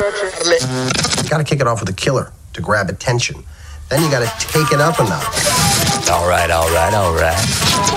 You gotta kick it off with a killer to grab attention. Then you gotta take it up a notch. All right, all right, all right.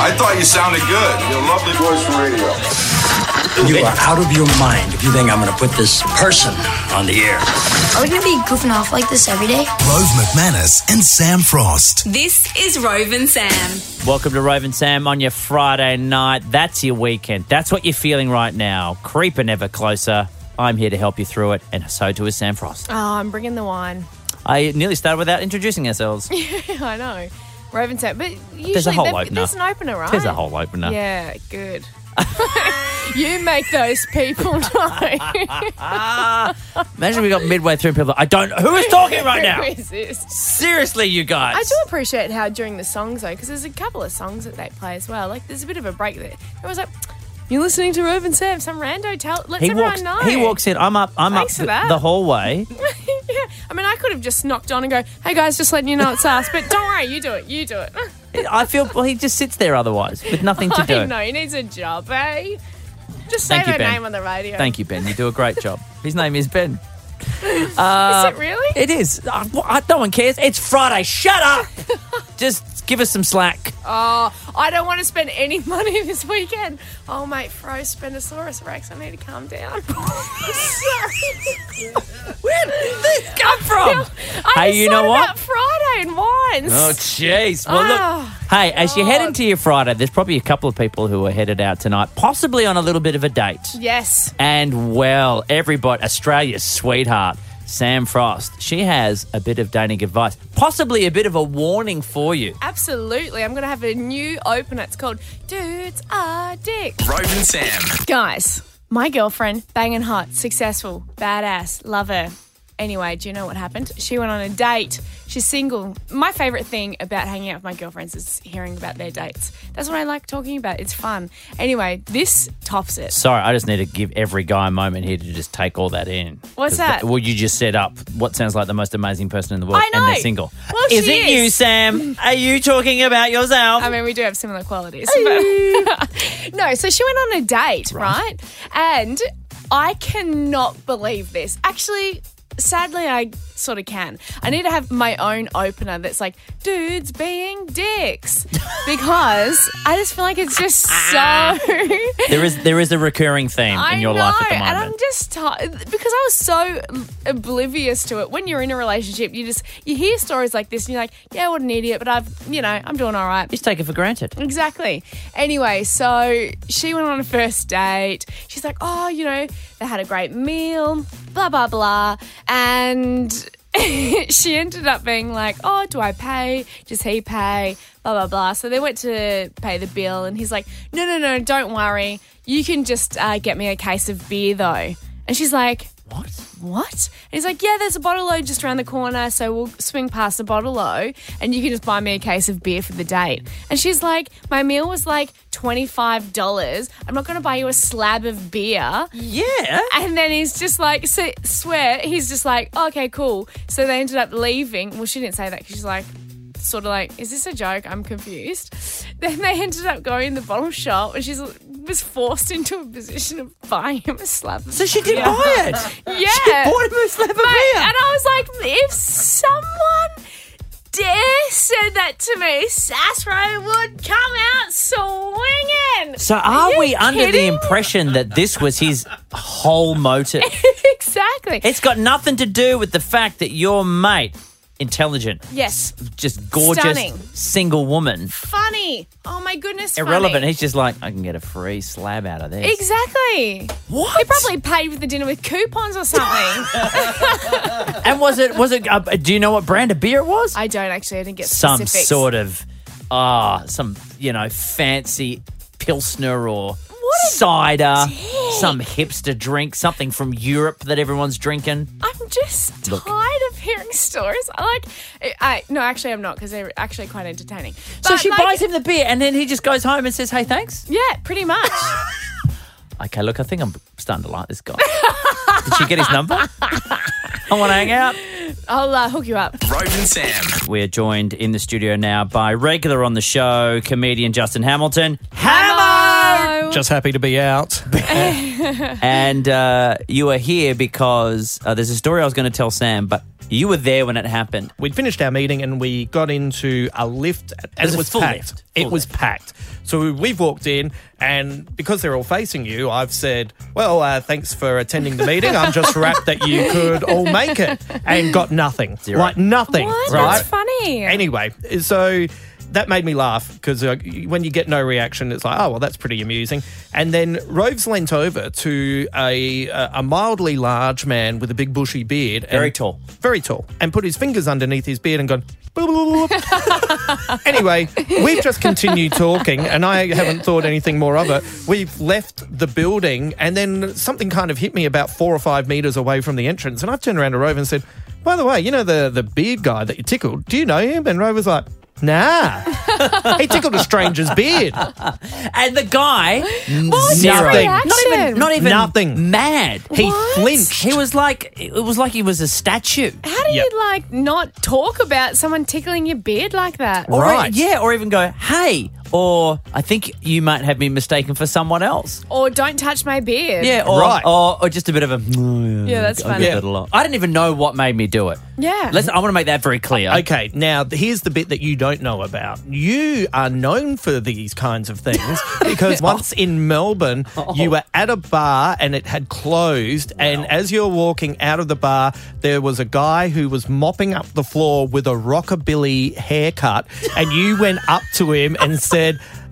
I thought you sounded good. Your lovely voice for radio. You are out of your mind if you think I'm going to put this person on the air. Are we gonna be goofing off like this every day? Rove McManus and Sam Frost. This is Rove and Sam. Welcome to Rove and Sam on your Friday night. That's your weekend. That's what you're feeling right now. Creeping ever closer. I'm here to help you through it, and so too is Sam Frost. Oh, I'm bringing the wine. I nearly started without introducing ourselves. I know. Roven set, but usually There's a whole they've- opener. There's an opener, right? There's a whole opener. Yeah, good. you make those people know. Imagine we got midway through and people. are like, I don't. Who is talking right now? Who is this? Seriously, you guys. I do appreciate how during the songs though, because there's a couple of songs that they play as well. Like there's a bit of a break there. It was like you're listening to Roven Sam, some rando tell. Let's He everyone walks. know. He walks in. I'm up. I'm Thanks for up th- that. the hallway. yeah, I mean, I could have just knocked on and go, "Hey guys, just letting you know it's us," but don't worry, you do it. You do it. I feel well, he just sits there otherwise with nothing to do. I know he needs a job, eh? Just say Thank you, her Ben. name on the radio. Thank you, Ben. You do a great job. His name is Ben. Is it really? It is. Uh, wh- I, no one cares. It's Friday. Shut up. Just give us some slack. I don't want to spend any money this weekend. Oh, mate, Fro, Spinosaurus Rex, I need to calm down. Sorry. Where did this come from? I Hey, just you know thought what? about Friday and wines. Oh, jeez. Well, look. Oh, Ah. hey, as you head God. into your Friday, there's probably a couple of people who are headed out tonight, possibly on a little bit of a date. Yes. And well, everybody, Australia's sweetheart, Sam Frost, she has a bit of dating advice, possibly a bit of a warning for you. Absolutely. I'm going to have a new opener. It's called Dudes Are Dicks. Rove and Sam. Guys, my girlfriend, banging hot, successful, badass, love her. Anyway, do you know what happened? She went on a date. She's single. My favorite thing about hanging out with my girlfriends is hearing about their dates. That's what I like talking about. It's fun. Anyway, this tops it. Sorry, I just need to give every guy a moment here to just take all that in. 'Cause What's that? well, you just set up what sounds like the most amazing person in the world, I and they're know. single. Well, is she it you, is. Sam? Are you talking about yourself? I mean, we do have similar qualities. But no, so she went on a date, right? And I cannot believe this. Actually, sadly, I sort of can. I need to have my own opener that's like, dudes being dicks. Because I just feel like it's just so. there is there is a recurring theme I in your know, life at the and I'm moment. just tired because I was so oblivious to it. When you're in a relationship, you just you hear stories like this, and you're like, "Yeah, what an idiot," but I've, you know, I'm doing all right. Just take it for granted. Exactly. Anyway, so she went on a first date. She's like, oh, you know, they had a great meal, blah, blah, blah. And she ended up being like, oh, do I pay? Does he pay? Blah, blah, blah. So they went to pay the bill, and he's like, no, no, no, don't worry. You can just uh, get me a case of beer, though. And she's like, What? what? And he's like, yeah, there's a bottle o just around the corner, so we'll swing past the bottle o, and you can just buy me a case of beer for the date. And she's like, my meal was like twenty five dollars. I'm not going to buy you a slab of beer. Yeah. And then he's just like, so, swear, he's just like, okay, cool. So they ended up leaving. Well, she didn't say that 'cause she's like, sort of like, is this a joke? I'm confused. Then they ended up going in the bottle shop and she's was forced into a position of buying him a slab of So she did beer. buy it. Yeah. She bought him a slab of beer. Uh, Mate, And I was like, if someone dare said that to me, Sasro would come out swinging. So are, you we under the kidding? impression that this was his whole motive? exactly. it's got nothing to do with the fact that your mate, intelligent, yes. just gorgeous, Stunning. single woman, Funny. Oh my goodness. irrelevant. funny. He's just like, I can get a free slab out of this. Exactly. What? He probably paid for the dinner with coupons or something. and was it? Was it? Uh, do you know what brand of beer it was? I don't actually. I didn't get some specifics. sort of ah, some you know fancy pilsner or a cider, some hipster drink, something from Europe that everyone's drinking. I'm just Look. tired of hearing stories. I like. I, no, actually, I'm not because they're actually quite entertaining. So But, she like, buys him the beer, and then he just goes home and says, "Hey, thanks." Yeah, pretty much. Okay, look, I think I'm starting to like this guy. Did she get his number? I want to hang out. I'll uh, hook you up. Rove and Sam. We're joined in the studio now by regular on the show comedian Justin Hamilton. Hammer! Hello. Just happy to be out. and uh, you were here because uh, there's a story I was going to tell Sam, but you were there when it happened. We'd finished our meeting and we got into a lift and There's it a was full packed. lift, it full was lift. packed. So we've walked in and because they're all facing you, I've said, "Well, uh, thanks for attending the meeting. I'm just wrapped that you could all make it." And got nothing. Like nothing, What? right? That's funny. Anyway, so that made me laugh because uh, when you get no reaction, it's like, oh, well, that's pretty amusing. And then Roves leant over to a uh, a mildly large man with a big bushy beard, and- Very tall. very tall, and put his fingers underneath his beard and gone. "Boop, boop, boop, boop." anyway, we've just continued talking, and I haven't thought anything more of it. We've left the building, and then something kind of hit me about four or five meters away from the entrance, and I've turned around to Rover and said, "By the way, you know the the beard guy that you tickled? Do you know him?" And Rover's like. Nah, he tickled a stranger's beard. And the guy, was his nothing. Not even, reaction? not even Nothing. mad. He What? flinched. He was like, it was like he was a statue. How do Yep. you like not talk about someone tickling your beard like that? Or- Right. yeah, or even go, hey, or I think you might have me mistaken for someone else. Or don't touch my beard. Yeah, or, Right. or, or just a bit of a. Yeah, that's I funny. get that a lot. I didn't even know what made me do it. Yeah. Let's, I want to make that very clear. Okay, now th- here's the bit that you don't know about. You are known for these kinds of things because once in Melbourne, you were at a bar and it had closed. And as you were walking out of the bar, there was a guy who was mopping up the floor with a rockabilly haircut. And you went up to him and said,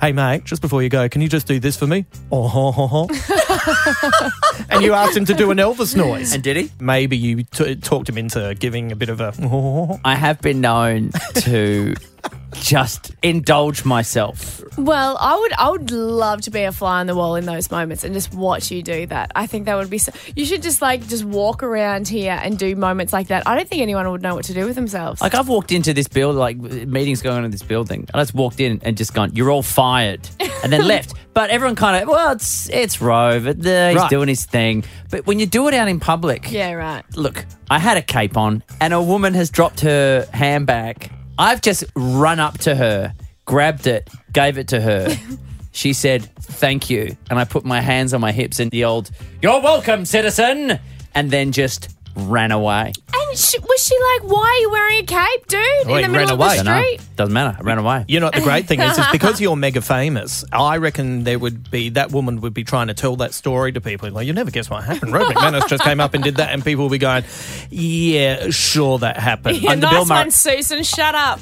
Hey, mate, just before you go, can you just do this for me? Oh, ho, ho, ho." and you asked him to do an Elvis noise. And did he? Maybe you t- talked him into giving a bit of a. I have been known to just indulge myself. Well, I would I would love to be a fly on the wall in those moments and just watch you do that. I think that would be so You should just like just walk around here and do moments like that. I don't think anyone would know what to do with themselves. Like I've walked into this build, like meetings going on in this building, and I just walked in and just gone, "You're all fired," and then left. But everyone kind of, well, it's it's Rove, uh, he's Right. doing his thing. But when you do it out in public, yeah, right. Look, I had a cape on, and a woman has dropped her handbag. I've just run up to her, grabbed it, gave it to her. she said, Thank you. And I put my hands on my hips and the old, You're welcome, citizen. And then just ran away. And she, was she like, "Why are you wearing a cape, dude, Oh, in he the middle ran of away. Don't the know. street?" Doesn't matter. I ran away. You know, what the great thing is, is because you're mega famous, I reckon there would be that woman would be trying to tell that story to people. Like, you never guess what happened. Rob McManus just came up and did that, and people will be going, "Yeah, sure, that happened." Yeah, Under nice Bill Murray. one, Susan. Shut up.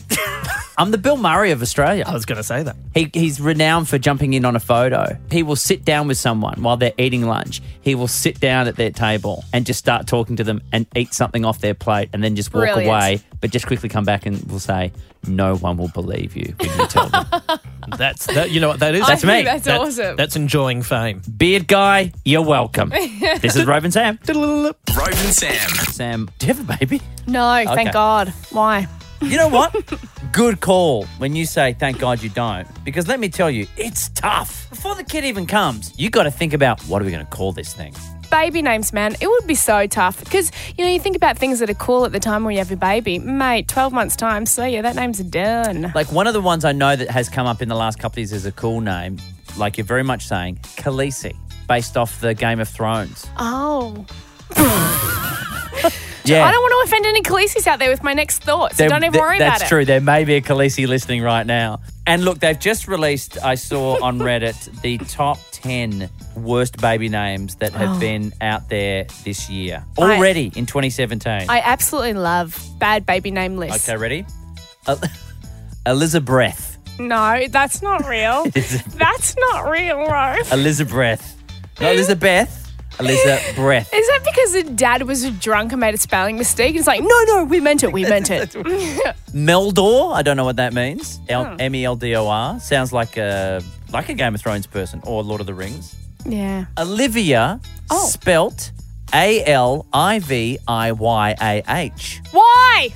I'm the Bill Murray of Australia. I was going to say that. He, he's renowned for jumping in on a photo. He will sit down with someone while they're eating lunch. He will sit down at their table and just start talking to them and eat something off their plate and then just walk Brilliant. away, but just quickly come back and will say, No one will believe you when you tell them. That's that. You know what that is? I That's think me. that's awesome. That's enjoying fame. Beard guy, you're welcome. This is Roven Sam. Rove and Sam. Sam, do you have a baby? No, Okay. thank God. Why? You know what? Good call when you say thank God you don't. Because let me tell you, it's tough. Before the kid even comes, you got to think about what are we going to call this thing? baby names, man, it would be so tough because you know you think about things that are cool at the time when you have your baby, mate. Twelve months time, so yeah, that name's done. Like one of the ones I know that has come up in the last couple of years is a cool name, like you're very much saying Khaleesi, based off the Game of Thrones. Oh, Yeah. I don't want to offend any Khaleesi's out there with my next thoughts. so There- don't even th- worry that's about true. it. There may be a Khaleesi listening right now. And look, they've just released, I saw on Reddit, the top 10 worst baby names that have been out there this year, Oh. I- already in 2017. I absolutely love bad baby name lists. okay, ready? El- Elizabeth. No, that's not real. that's not real, bro. Elizabeth. Not Elizabeth. Elizabeth. Is that because the dad was a drunk and made a spelling mistake? It's like, no, no, we meant it. We meant it. Meldor. I don't know what that means. L- M E L D O R sounds like a like a Game of Thrones person or Lord of the Rings. yeah. Olivia, Oh. spelt A L I V I Y A H. Why?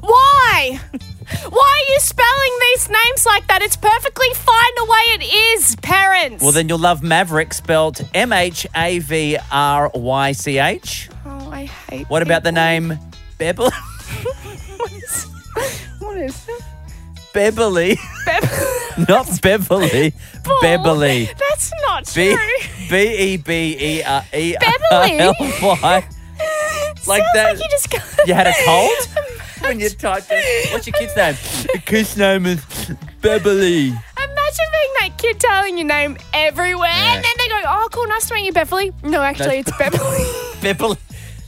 Why? Why are you spelling these names like that? It's perfectly fine the way it is, parents. Well, then you'll love Maverick, spelt M H A V R Y C H. oh, I hate. What about the people. name Beverly? What is? What is? Beverly, Beb- not Beverly. Beverly. That's not B true. B E B E R E R Beverly. L Y. Like Sounds that. Like you just got You had a cold when you typed it. What's your kid's name? The kid's name is Beverly. Imagine being that kid telling your name everywhere, Yeah. and then they go, "Oh, cool, nice to meet you, Beverly." No, actually, it's Beverly. Beverly.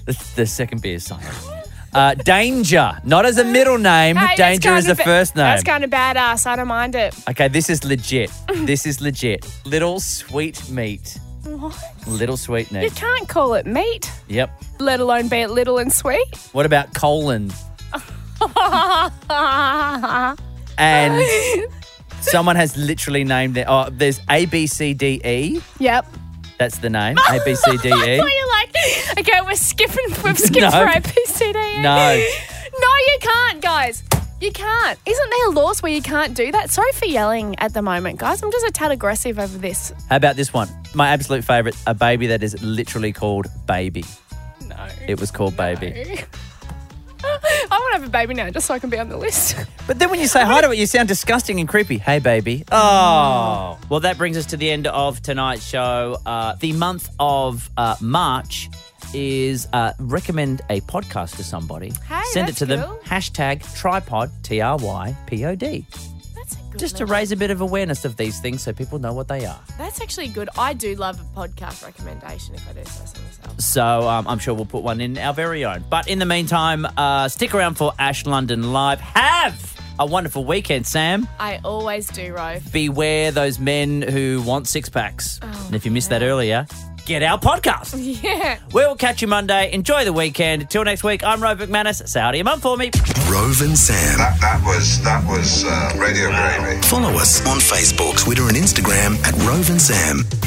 The, the second beer is science. Uh, danger, not as a middle name. Hey, that's Danger is kinda a ba- first name. That's kind of badass. I don't mind it. Okay, this is legit. This is legit. Little sweet meat. What? Little sweet You meat. can't call it meat, Yep. let alone be it little and sweet. What about colon? And someone has literally named their. Oh, there's A B C D E. yep. That's the name. A B C D I E. thought you like, okay, we're skipping, we've skipped No. for ABCDE. No. E. No, you can't, guys. You can't. Isn't there laws where you can't do that? Sorry for yelling at the moment, guys. I'm just a tad aggressive over this. How about this one? My absolute favorite. A baby that is literally called baby. No. It was called baby. I want to have a baby now just so I can be on the list. But then when you say hi to it, you sound disgusting and creepy. Hey, baby. Oh. Well, that brings us to the end of tonight's show. Uh, the month of uh, March is uh, recommend a podcast to somebody. Hey, Send that's it to them. cool. Hashtag tripod, T R Y P O D. That's a good Just to little- raise a bit of awareness of these things so people know what they are. That's actually good. I do love a podcast recommendation if I do say so myself. So um, I'm sure we'll put one in our very own. But in the meantime, uh, stick around for Ash London Live. Have a wonderful weekend, Sam. I always do, Ro. beware those men who want six packs. and if you missed that earlier, get our podcast. Yeah. we'll catch you Monday. Enjoy the weekend. Until next week, I'm Rob McManus. Say hi to your mum for me. Rove and Sam. That, that was that was uh, radio gravy. Follow us on Facebook, Twitter, and Instagram at Rove and Sam.